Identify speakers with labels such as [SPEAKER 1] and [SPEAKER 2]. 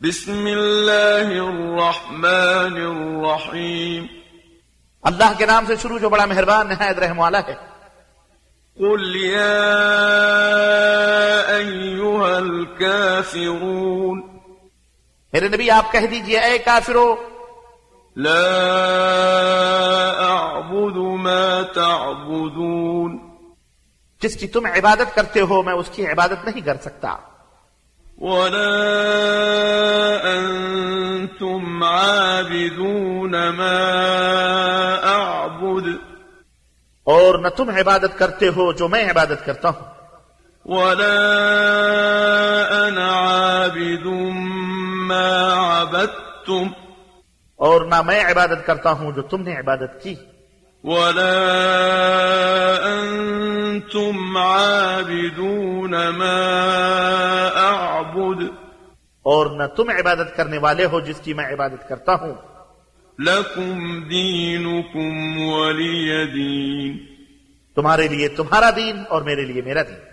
[SPEAKER 1] بسم الله الرحمن الرحيم
[SPEAKER 2] अल्लाह के नाम से शुरू जो बड़ा मेहरबान नहायत रहम वाला है
[SPEAKER 1] قل يا أيها الكافرون
[SPEAKER 2] मेरे नबी आप कह दीजिए ए काफिरो
[SPEAKER 1] لا أعبد ما تعبدون
[SPEAKER 2] जिसकी तुम इबादत करते हो मैं उसकी इबादत नहीं कर सकता
[SPEAKER 1] ولا أنتم عابدون ما أعبد
[SPEAKER 2] और न तुम इबादत करते हो जो मैं इबादत करता हूँ
[SPEAKER 1] ولا أنا عابد ما عبدتم
[SPEAKER 2] और ना मैं इबादत करता हूँ जो तुमने इबादत की
[SPEAKER 1] ولا أنتم عابدون ما أعبد
[SPEAKER 2] और न तुम इबादत करने वाले हो जिसकी मैं इबादत करता हूँ
[SPEAKER 1] لكم دينكم ولي دين
[SPEAKER 2] तुम्हारे लिए तुम्हारा दीन और मेरे लिए मेरा दीन